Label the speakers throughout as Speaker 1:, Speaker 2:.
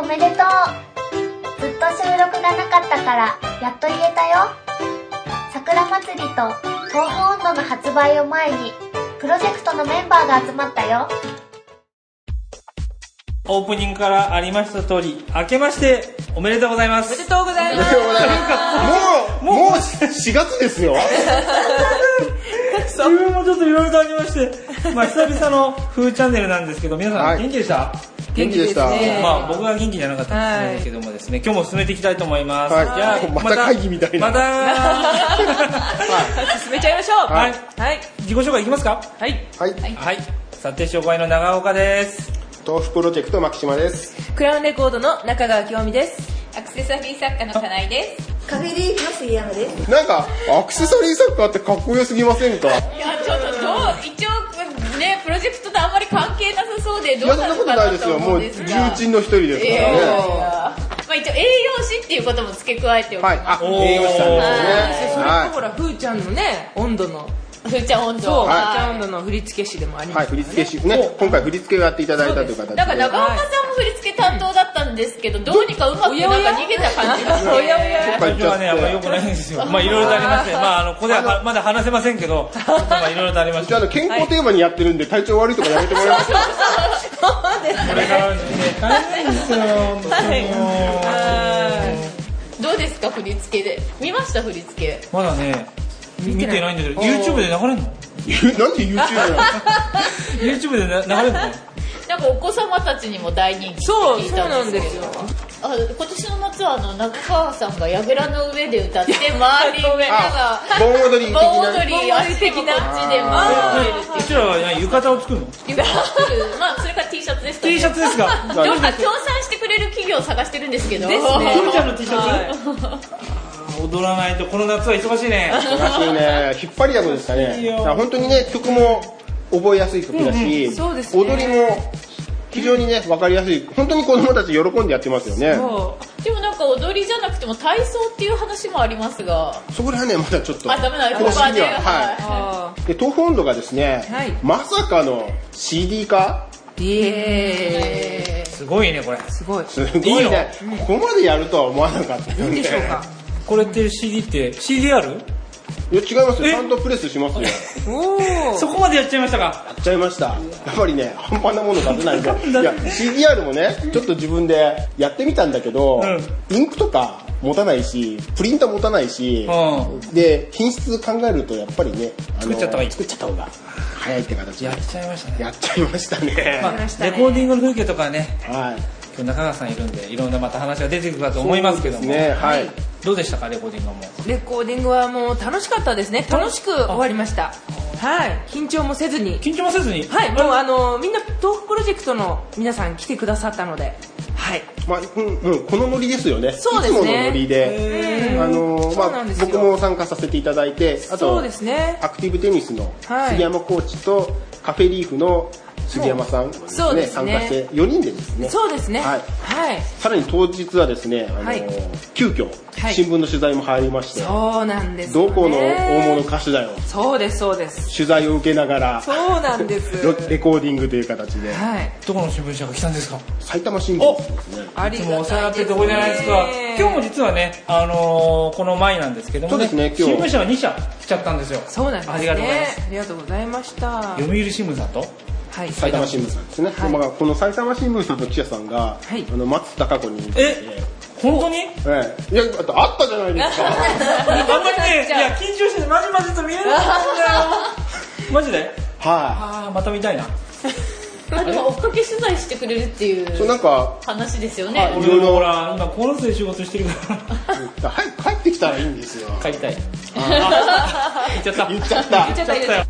Speaker 1: おめでとうずっと収録がなかったからやっと言えたよ桜祭りと東宝温度の発売を前にプロジェクトのメンバーが集まったよ
Speaker 2: オープニングからありました通り、明けましておめでとうございま。
Speaker 3: おめですとうございます。
Speaker 4: もう、もう4月ですよ。
Speaker 2: 自分もちょっといろいろとありまして、まあ久々のフーチャンネルなんですけど、皆さ
Speaker 4: は
Speaker 2: ん
Speaker 4: い
Speaker 2: 元気でした、
Speaker 4: 元気でした。
Speaker 3: 元気ですね
Speaker 2: まあ僕が元気じゃなかったんですけどもですね、今日も進めていきたいと思います。
Speaker 4: はい
Speaker 2: じゃあ
Speaker 4: また会議みたいな
Speaker 2: また、
Speaker 3: 進めちゃいましょう。
Speaker 2: はい
Speaker 3: はい。
Speaker 2: 自己紹介いきますか
Speaker 3: はい。
Speaker 4: はい、
Speaker 2: はい。査定紹介の長岡です。
Speaker 4: 豆腐プロジェクト牧島です。
Speaker 3: クラウンレコードの中川清美です。
Speaker 5: アクセサリー作家のかないです。
Speaker 6: カフェリーフの杉山です。
Speaker 4: なんか、アクセサリー作家ってかっこよすぎませんか
Speaker 5: いや、ちょっとどう、一応、ね、プロジェクトとあんまり関係なさそうで、
Speaker 4: い
Speaker 5: どう
Speaker 4: や、そん
Speaker 5: な
Speaker 4: な
Speaker 5: の
Speaker 4: こと
Speaker 5: か
Speaker 4: ない
Speaker 5: な
Speaker 4: です
Speaker 5: と
Speaker 4: よ。
Speaker 5: 思
Speaker 4: も
Speaker 5: う
Speaker 4: う
Speaker 5: んで
Speaker 4: 重
Speaker 5: すが。
Speaker 4: 鎮の一人ですから
Speaker 5: いや
Speaker 4: ね。
Speaker 5: まあ一応、栄養士っていうことも付け加えておき
Speaker 4: はい、
Speaker 5: ま
Speaker 4: あ、
Speaker 2: おー
Speaker 4: 栄養士さんですね
Speaker 3: そ。れと
Speaker 4: は
Speaker 3: ほら、ふーちゃんのね、温度の、
Speaker 5: す。ふーちゃん温度。
Speaker 3: そう、ふ
Speaker 4: はい
Speaker 3: ーちゃん
Speaker 5: は
Speaker 3: 温度の振り付け師でもあり
Speaker 4: い。は
Speaker 3: ま
Speaker 4: い、
Speaker 3: す。
Speaker 4: 振り付けし、ね、今回振り付けをやっていただいたという形
Speaker 5: い
Speaker 4: で。
Speaker 5: なんか長岡さんも振り付け担当だったんですけど、どうにかうまく
Speaker 3: お
Speaker 5: な
Speaker 3: や
Speaker 5: ん
Speaker 3: お
Speaker 5: か
Speaker 3: や
Speaker 5: 逃げた感じがして。
Speaker 3: おやおや
Speaker 4: はい
Speaker 2: 体調はね、あんまり良くないんですよ。まあいろいろとありまして、まああの、ここでははまだ話せませんけど、ちょっとまあいろいろとありまし
Speaker 4: じ
Speaker 2: て
Speaker 4: ゃあ、あ、の、健康テーマにやってるんで、体調悪いとかやめてもらえますか
Speaker 3: そうです
Speaker 2: これ
Speaker 3: ね。
Speaker 2: からの時期ね、大変ですよ。
Speaker 3: はいは
Speaker 5: どうですか、振り付けで。見ました、振り付け。
Speaker 2: まだね、見てないんだけど、
Speaker 3: 見てない
Speaker 2: YouTube で流れる の
Speaker 4: なんで YouTube なの
Speaker 2: ?YouTube でな流れるの
Speaker 5: なんかお子様たちにも大人気って
Speaker 3: そう、
Speaker 5: 聞い
Speaker 3: そう
Speaker 5: た
Speaker 3: なんん
Speaker 5: で
Speaker 3: です
Speaker 5: け
Speaker 3: す
Speaker 5: ど
Speaker 3: よ。。
Speaker 5: あ今年の夏はあの中川さんがやぐらの上で歌って周りみんな
Speaker 4: あ
Speaker 5: が
Speaker 4: 盆踊り的な
Speaker 5: 盆踊り足的なこっちで回ってる
Speaker 2: う
Speaker 5: っ
Speaker 2: ちらはね浴衣を作るの
Speaker 5: ていうまあそれか T シャツですかね
Speaker 2: ?T シャツです か
Speaker 5: どうか協賛してくれる企業を探してるんですけど
Speaker 3: ですね。
Speaker 2: ふーちゃんの T シャツ
Speaker 3: はい
Speaker 2: 踊らないとこの夏は忙しいね。
Speaker 4: 忙しいね。引っ張りだこですかね。
Speaker 2: いよ
Speaker 4: だから本当にね、曲も覚えやすい曲だし、
Speaker 3: そうですね
Speaker 4: 踊りも非常にね、わかりやすい。本当に子供たち喜んでやってますよね。
Speaker 3: そう
Speaker 5: でもなんか踊りじゃなくても体操っていう話もありますが
Speaker 4: そこら辺ね、まだちょっと。
Speaker 5: あダメ
Speaker 4: 公
Speaker 5: だ
Speaker 4: 式には。
Speaker 5: ここはね
Speaker 4: は
Speaker 3: あ
Speaker 4: い。で、東宝音頭がですね、
Speaker 3: はい
Speaker 4: まさかの CD 化
Speaker 3: ー。イエ
Speaker 5: え
Speaker 2: すごいね、これ。
Speaker 3: ーイ。すごい。
Speaker 4: すごいね。ここまでやるとは思わなかったよ
Speaker 3: いい
Speaker 4: ね。
Speaker 3: でしょうか。
Speaker 2: これって CD って、CD ある
Speaker 4: いや、違いますよ。
Speaker 2: え
Speaker 4: ちゃんとプレスしますよ。や
Speaker 3: おー。
Speaker 2: そこまでやっちゃいましたか
Speaker 4: っちゃいました。やっぱりね、半端なもの出せないんで。いや、CDR もね、ちょっと自分でやってみたんだけど、
Speaker 2: う
Speaker 4: インクとか持たないし、プリンター持たないし、
Speaker 2: う
Speaker 4: で、品質考えるとやっぱりね、あの
Speaker 2: 作っちゃった方がいい
Speaker 4: 作っちゃった方が早いって形で
Speaker 2: やっちゃいましたね。
Speaker 4: やっちゃいましたね。
Speaker 2: まあレコーディングの風景とかね、
Speaker 4: はい。
Speaker 2: 今日中川さんいるんで、いろんなまた話が出てくるかと思いますけども、
Speaker 4: ね、はい。
Speaker 2: どうでしたか、レコーディングはもう。
Speaker 3: レコーディングはもう楽しかったですね楽しく終わりましたはい緊張もせずに
Speaker 2: 緊張もせずに。
Speaker 3: はいもうあのみんな東北プロジェクトの皆さん来てくださったのではい
Speaker 4: まあ、うん、うん、このノリですよね。
Speaker 3: そうですね
Speaker 4: いつものノリで。あのー、
Speaker 3: そう
Speaker 4: ま
Speaker 3: な
Speaker 4: あ
Speaker 3: んです、よ
Speaker 4: 僕も参加させていただいて、あ
Speaker 3: そう
Speaker 4: と
Speaker 3: で、すね
Speaker 4: アクティブテニスの
Speaker 3: はい
Speaker 4: 杉山コーチとカフェリーフの杉山さん
Speaker 3: そうです
Speaker 4: 参
Speaker 3: ね
Speaker 4: 加して4人でですね
Speaker 3: そうですね
Speaker 4: は
Speaker 3: はいい、
Speaker 4: さらに当日はですね、あのー
Speaker 3: はい
Speaker 4: 急遽
Speaker 3: はい
Speaker 4: 新聞の取材も入りまして、
Speaker 3: そうなんですよ
Speaker 4: 同
Speaker 3: ね
Speaker 4: 校の大物歌手だよ
Speaker 3: そうですそうです
Speaker 4: 取材を受けながら
Speaker 3: そうなん です
Speaker 4: ロレコーディングという形で
Speaker 3: はい
Speaker 2: どこの新聞社が来たんですか
Speaker 4: 埼玉新聞ですね
Speaker 3: あ
Speaker 2: い
Speaker 3: り
Speaker 2: つ
Speaker 3: が
Speaker 2: もお世話にな
Speaker 3: た
Speaker 2: っ
Speaker 3: い
Speaker 2: てる
Speaker 3: です
Speaker 2: とこじゃないですか。今日も実はね、あのーこの前なんですけども、
Speaker 4: そうですね
Speaker 2: 新
Speaker 4: 今日
Speaker 2: 聞社が2社来ちゃったんですよ。
Speaker 3: そうなんですね
Speaker 2: ありがとうございます。
Speaker 3: ありがとうございましたは
Speaker 2: 読売新聞さんと
Speaker 3: い
Speaker 4: 埼玉新聞さんですね、
Speaker 3: はい
Speaker 4: まあ、この埼玉新聞さんの記者さんが、
Speaker 3: はい
Speaker 4: あの松たか子にインタビューで
Speaker 2: え、本 当に
Speaker 4: ええいやあとあったじゃないですか
Speaker 2: あんまりね、いや、緊張してて、まじまじと見えな かったんだよ。マジで
Speaker 4: は
Speaker 2: ああ、また見たいな。
Speaker 5: あでも追っかけ取材してくれるってい
Speaker 4: いそうな
Speaker 5: うん
Speaker 4: か
Speaker 5: 話ですよ
Speaker 4: はい
Speaker 5: ね
Speaker 2: 俺もほら、今、コロスで仕事してるか
Speaker 4: 早く帰ってきたらいいんですよ
Speaker 2: ら。帰りたい。言っちゃった。
Speaker 4: 言っちゃった
Speaker 3: 言っちゃった言っちゃっ
Speaker 2: よ。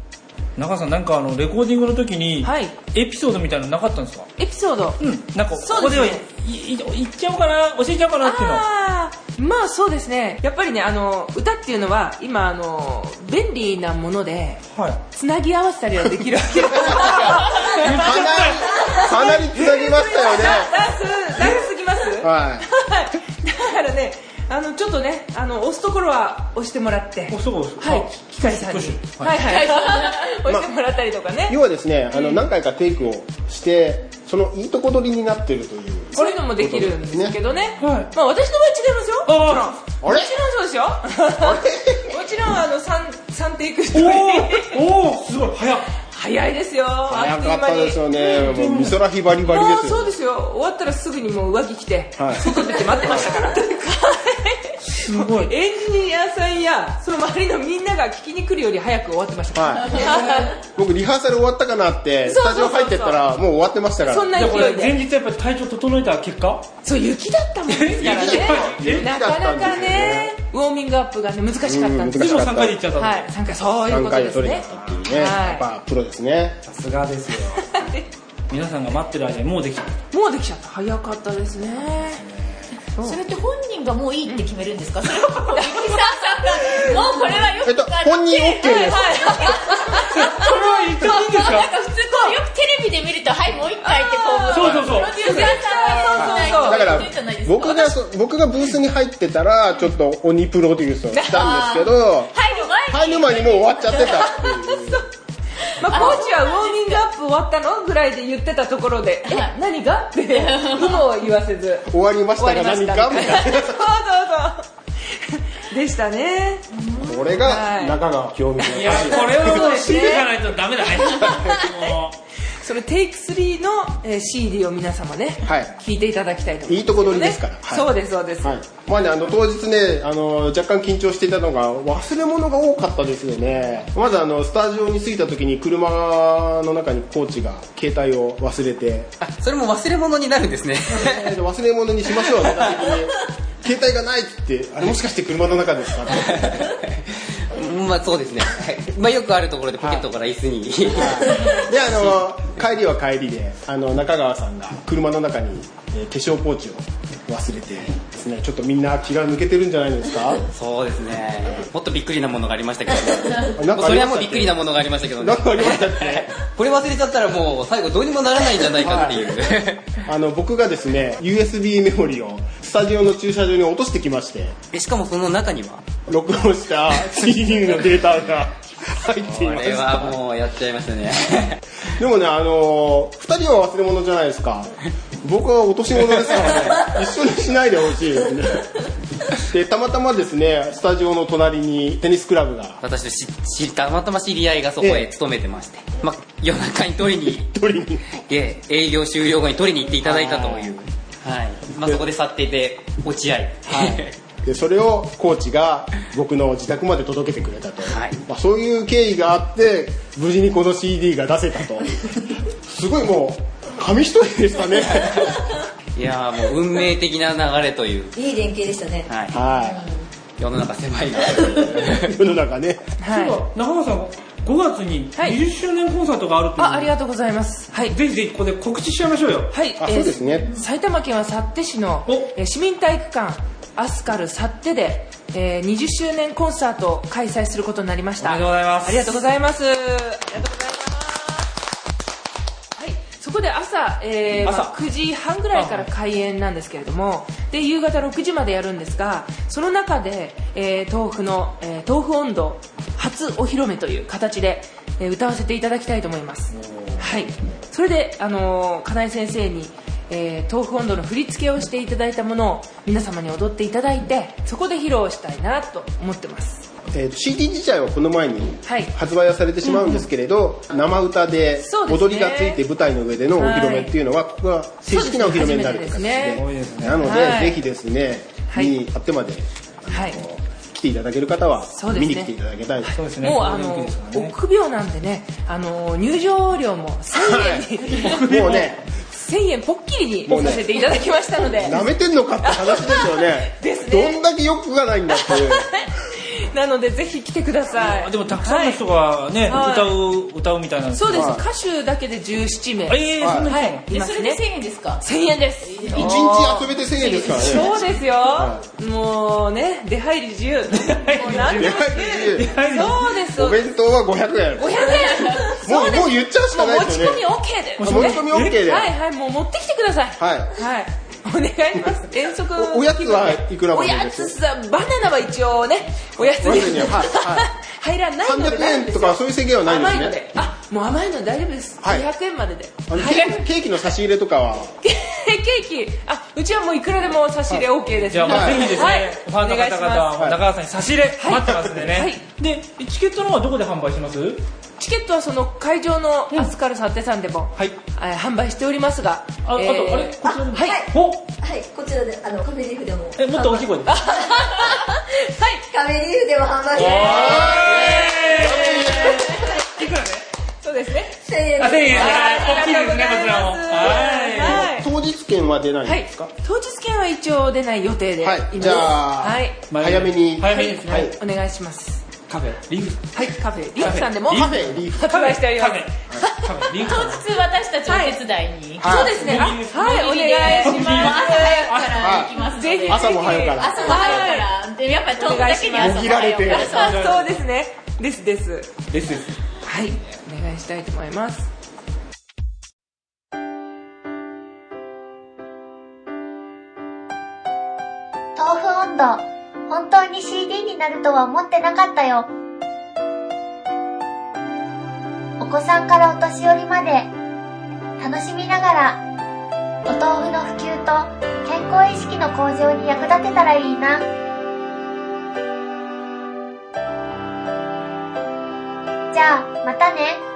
Speaker 2: 中さん、なんかあの、レコーディングの時に、
Speaker 3: はい
Speaker 2: エピソードみたいなのなかったんですか
Speaker 3: エピソード
Speaker 2: うん。なんか、こ
Speaker 3: そ
Speaker 2: こ
Speaker 3: う
Speaker 2: で
Speaker 3: で
Speaker 2: すは
Speaker 3: ね
Speaker 2: い、い、言っちゃおうかな、教えちゃおうかなっていうの。
Speaker 3: あーまあそうですねやっぱりねあの歌っていうのは今あの便利なもので
Speaker 2: はい。
Speaker 3: つなぎ合わせたりはできるわ けダン
Speaker 4: かなり、かなりつなぎましたよ ね。
Speaker 3: スダンスすぎますだ
Speaker 4: は
Speaker 3: からねあのちょっとねあの押すところは押してもらって
Speaker 2: お、そうです。
Speaker 3: はい
Speaker 2: あ
Speaker 3: 機械さんに
Speaker 2: 少しは
Speaker 3: はいい はい押してもらったりとか
Speaker 4: い。
Speaker 3: ね
Speaker 4: 要はですね、あの、何回かテイクをして、そのいいとこ取りになってるという。
Speaker 3: そういうのもできるんですけどね
Speaker 2: はい
Speaker 3: まあ私の場合違いますよ
Speaker 4: あ
Speaker 3: も
Speaker 4: れ
Speaker 3: ちろんもちろんそうですよ もちろんあの 3, 3テイクして
Speaker 2: おおすごい早っ
Speaker 3: 早いですよ
Speaker 4: 早かったですよ
Speaker 3: ね
Speaker 4: ね。もう美空ひばりばり
Speaker 3: も
Speaker 4: で
Speaker 3: う
Speaker 4: すよ
Speaker 3: そう。ですよ終わったらすぐにもう上着着て、
Speaker 4: はい
Speaker 3: 外出て待ってましたから す
Speaker 2: ごい
Speaker 3: エンジニアさんやその周りのみんなが聞きに来るより早く終わってましたから、
Speaker 4: はい僕リハーサル終わったかなって、
Speaker 3: そ
Speaker 4: ス
Speaker 3: うそう
Speaker 4: タ
Speaker 3: そうそう
Speaker 4: ジオ入ってったらもう終わってましたから。
Speaker 3: そんな
Speaker 2: じゃあこれ
Speaker 3: 勢いで
Speaker 2: 前日やっぱり体調整えた結果
Speaker 3: そう雪だったもんですから
Speaker 2: 雪だった
Speaker 3: ね
Speaker 2: 雪
Speaker 3: な
Speaker 4: だった
Speaker 3: かなん
Speaker 4: ですね
Speaker 3: かねウォーミングアップがね難しかったんです
Speaker 4: うん難
Speaker 2: で
Speaker 4: し
Speaker 2: も
Speaker 4: かった
Speaker 2: 3回で行っちゃったんだ
Speaker 3: はい参加そういう
Speaker 4: 3
Speaker 3: こと
Speaker 4: 回で
Speaker 3: です
Speaker 4: 取れ
Speaker 3: ね
Speaker 4: てたっていうね。
Speaker 3: はい
Speaker 4: やっぱプロですね。
Speaker 2: さすがですよ皆さんが待ってる間にもうできた
Speaker 3: もうできちゃった早かったですね
Speaker 5: それって本人がもういいって決めるんですかそれともミキサーさんが もうこれはよ
Speaker 4: え
Speaker 5: く
Speaker 4: っと、
Speaker 5: わかる
Speaker 4: 本人 OK です。
Speaker 2: これは言っていいんです
Speaker 5: なん
Speaker 2: か
Speaker 5: か普通こうよくテレビで見るとはいもう一回ってこう
Speaker 2: そうそうそう
Speaker 5: プロデューサーさん
Speaker 4: だか
Speaker 5: がや
Speaker 4: ら
Speaker 5: ってるじゃないですか
Speaker 4: 僕がそ僕がブースに入ってたらちょっと鬼プロデュースをしたんですけ ど入
Speaker 5: 入る前に
Speaker 4: る前にもう終わっちゃってたっていう
Speaker 3: まあ、コーチはウォーミングアップ終わったのぐらいで言ってたところで、え、何がって、ものを言わせず。
Speaker 4: 終わりましたが何 かみた い
Speaker 3: そうそうそう。でしたね。
Speaker 4: なこれが中川清美の
Speaker 2: いやこれはもう知っていかないとダメだねも
Speaker 3: それテイク3の、えー CD を皆様ね、
Speaker 4: はい
Speaker 3: 聞いていただきたいと思います、
Speaker 4: いいとこ取りですからはい
Speaker 3: そうです、そうです。
Speaker 4: はい、まあねあの当日ねあの若干緊張していたのが忘れ物が多かったですよねまずあのスタジオに着いた時に車の中にコーチが携帯を忘れ て
Speaker 7: あそれも忘れ物になるんで すね
Speaker 4: 忘れ物にしましょう ね私に携帯がないっつってあれもしかして車の中ですかって
Speaker 7: まあそうですね、はいまあ、よくあるところでポケットから椅子に、
Speaker 4: であの帰りは帰りであの中川さんが車の中に、えー化粧ポーチを忘れてですねちょっとみんな気が抜けてるんじゃないですか
Speaker 7: そうですねもっとびっくりなものがありましたけ
Speaker 4: あ
Speaker 7: ど、
Speaker 4: なん
Speaker 7: も
Speaker 4: か
Speaker 7: う
Speaker 4: ありましたっけ
Speaker 7: それはもうびっくりなものがありましたけど
Speaker 4: な
Speaker 7: ね
Speaker 4: んかありましたっけ
Speaker 7: これ忘れちゃったらもう最後どうにもならないんじゃないかっていう、
Speaker 4: あの僕がですね USB メモリをスタジオの駐車場に落としてきまして
Speaker 7: えしかもその中には
Speaker 4: 録音した CD のデータが入ってい
Speaker 7: こ
Speaker 4: ま
Speaker 7: れ
Speaker 4: し
Speaker 7: は
Speaker 4: た
Speaker 7: もうやっちゃいましたね
Speaker 4: でもねあの2人は忘れ物じゃないですか僕は落とし物ですからね一緒にしないでほしいよねでたまたまですねスタジオの隣にテニスクラブが
Speaker 7: 私のししたまたま知り合いがそこ
Speaker 4: え
Speaker 7: へ
Speaker 4: え
Speaker 7: 勤めてまして、まあ、夜中に取りに
Speaker 4: 取りに
Speaker 7: で営業終了後に取りに行っていただいたというはい、まあ、そこで去っていて落合、
Speaker 4: でそれをコーチが僕の自宅まで届けてくれたと、
Speaker 7: はい
Speaker 4: まあ、そういう経緯があって無事にこの CD が出せたとすごいもう紙一重でしたね
Speaker 7: いやーもう運命的な流れという、
Speaker 6: いい連携でしたね。
Speaker 7: はい、
Speaker 4: は
Speaker 7: 世の中狭いな
Speaker 4: い世の中ね
Speaker 3: はい
Speaker 2: そういえば中川さん5月に
Speaker 3: はい
Speaker 2: 20周年コンサートがあるっていう
Speaker 3: あ、ありがとうございます。はい。
Speaker 2: ぜひぜひここで告知しちゃいましょうよ
Speaker 3: はい、
Speaker 4: あそうですね
Speaker 3: 埼玉県は幸手市の
Speaker 2: お、
Speaker 3: えー市民体育館アスカル幸手で、えー20周年コンサートを開催することになりました
Speaker 2: おめでとうございます
Speaker 3: ありがとうございますありがとうございますはいそこで朝,、えー
Speaker 2: 朝
Speaker 3: まあ9時半ぐらいから開演なんですけれどもで夕方6時までやるんですがその中で、えー東北の、えー東北温度初お披露目という形で、えー歌わせていただきたいと思いますはい、それで、あのー、金井先生に、えー、豆腐温度の振り付けをしていただいたものを皆様に踊っていただいてそこで披露したいなと思ってます
Speaker 4: えーと CD 自体はこの前に
Speaker 3: はい
Speaker 4: 発売はされてしまうんですけれど、生歌で
Speaker 3: そうですね
Speaker 4: 踊りがついて舞台の上でのお披露目っていうのは、ここが正式なお披露目になるという形で
Speaker 2: そうですね
Speaker 4: なので、
Speaker 3: はい
Speaker 4: ぜひですね
Speaker 3: はい
Speaker 4: 見にあってまで
Speaker 3: はい
Speaker 4: 来ていただける方は
Speaker 3: そうですね
Speaker 4: 見に来ていただきたいです
Speaker 2: そうですね
Speaker 3: もう
Speaker 2: そ
Speaker 3: あ
Speaker 2: ういう
Speaker 3: の
Speaker 2: わけですからね
Speaker 3: 臆病なんでね、あのー入場料も1000円に、
Speaker 4: もうね
Speaker 3: 1000円ぽっきり
Speaker 4: もう
Speaker 3: に
Speaker 4: ね
Speaker 3: させていただきましたので、
Speaker 4: 舐めてんのかって話ですよね
Speaker 3: ですね
Speaker 4: どんだけ欲がないんだっていう
Speaker 3: なのでぜひ来てくださ
Speaker 2: あ
Speaker 3: い
Speaker 2: でもたくさんの人がね、
Speaker 3: はい
Speaker 2: 歌う歌うみたいなんです
Speaker 3: そうです、
Speaker 4: はい
Speaker 3: 歌手だけで17名
Speaker 2: あええそんなに
Speaker 3: はいい
Speaker 5: え
Speaker 3: ま
Speaker 5: そ
Speaker 3: す
Speaker 5: れで
Speaker 3: ね
Speaker 5: 1000円ですか
Speaker 3: 1000円です
Speaker 4: 一日遊べて1000円ですからね
Speaker 3: そうですよ、もうね出入り自由もう何でも
Speaker 4: 出
Speaker 2: 入り自由
Speaker 3: そうですそ
Speaker 4: お
Speaker 3: うです
Speaker 4: 弁当は500円
Speaker 3: 500円
Speaker 4: も
Speaker 3: そう
Speaker 4: う
Speaker 3: です
Speaker 4: もう言っちゃうしか
Speaker 3: も
Speaker 4: な
Speaker 3: う
Speaker 4: い
Speaker 3: 持
Speaker 4: で
Speaker 3: ち
Speaker 4: すよ
Speaker 3: 込
Speaker 4: ね
Speaker 3: み OK で
Speaker 4: 持ち込み OK で
Speaker 3: はいはいもう持ってきてください
Speaker 4: はい
Speaker 3: はいお願いします 遠足
Speaker 4: おおやつはいくらま
Speaker 3: お
Speaker 4: で
Speaker 3: や
Speaker 4: です
Speaker 3: つさバナナは一応ねおやつ
Speaker 4: バナナにははいは
Speaker 3: 入らないので大
Speaker 4: 300
Speaker 3: 丈夫
Speaker 4: 円
Speaker 3: で
Speaker 4: と
Speaker 3: すよ
Speaker 4: かそういう制限はないんで
Speaker 3: 甘
Speaker 4: す
Speaker 3: いの
Speaker 4: ね
Speaker 3: であもう甘いので大丈夫です、
Speaker 4: はい
Speaker 3: 200円までで
Speaker 4: あの
Speaker 3: はい
Speaker 4: ケーキケーキの差し入れとかは
Speaker 3: ケーキあうちはもういくらでも差し入れ OK です
Speaker 2: じゃあ、まあ、
Speaker 4: は
Speaker 2: ぜ
Speaker 4: い
Speaker 2: ひですね、
Speaker 3: はい
Speaker 2: ファンの方々は、
Speaker 4: はい
Speaker 2: 中川さんに差し入れ、待ってますんでね。
Speaker 3: はい
Speaker 2: で、チケットの方はどこで販売します。
Speaker 3: チケットはその会場のアスカルサテさんでも、
Speaker 2: はい
Speaker 3: えー販売しておりますが
Speaker 2: あ、あと、あれ、こちらにも。
Speaker 3: はい、
Speaker 2: お、
Speaker 6: はい、こちらで、あの、カフェリーフでも。
Speaker 2: え、もっと大きい声で。あ、
Speaker 6: カフェリーフでも販売して
Speaker 2: いくらね。
Speaker 3: そうですね
Speaker 6: ます。1000円
Speaker 2: あ、
Speaker 6: で
Speaker 2: 千円。
Speaker 3: はい
Speaker 2: 大きいですね、こちらも。は
Speaker 3: はい
Speaker 4: 当日券は出ないん
Speaker 3: はい
Speaker 4: ですか、
Speaker 3: 当日券は一応出ない予定で、
Speaker 4: はい
Speaker 3: 今
Speaker 4: じゃあ
Speaker 3: はい、
Speaker 2: い。
Speaker 4: 早めに
Speaker 2: 早
Speaker 3: は
Speaker 2: め
Speaker 3: い
Speaker 2: にですね。
Speaker 4: はい
Speaker 3: お願いします。
Speaker 2: カフェ、リーフ。
Speaker 3: はい、カフェリーフさんでも
Speaker 2: カ
Speaker 4: カ
Speaker 3: 発
Speaker 4: フェリーフ
Speaker 3: 売しておりま
Speaker 2: カ
Speaker 3: す
Speaker 2: フ。ェ。カフェ、リーフ
Speaker 5: 当
Speaker 2: さん。
Speaker 5: 日私たちお手伝いに、
Speaker 4: はい
Speaker 3: そうですね。あはい、お願いしま
Speaker 5: 朝から行きますので
Speaker 3: ぜひ
Speaker 4: 朝も早いから
Speaker 5: 朝も早いからでやっぱり遠くだけに朝も早いから
Speaker 4: お願いし
Speaker 5: そう
Speaker 3: す。そうですね。ですです。
Speaker 2: ですです。
Speaker 3: はい、お願いしたいと思います。
Speaker 1: 豆腐温度、本当に CD になるとは思ってなかったよ。お子さんからお年寄りまで、楽しみながら、お豆腐の普及と健康意識の向上に役立てたらいいな。じゃあ、またね。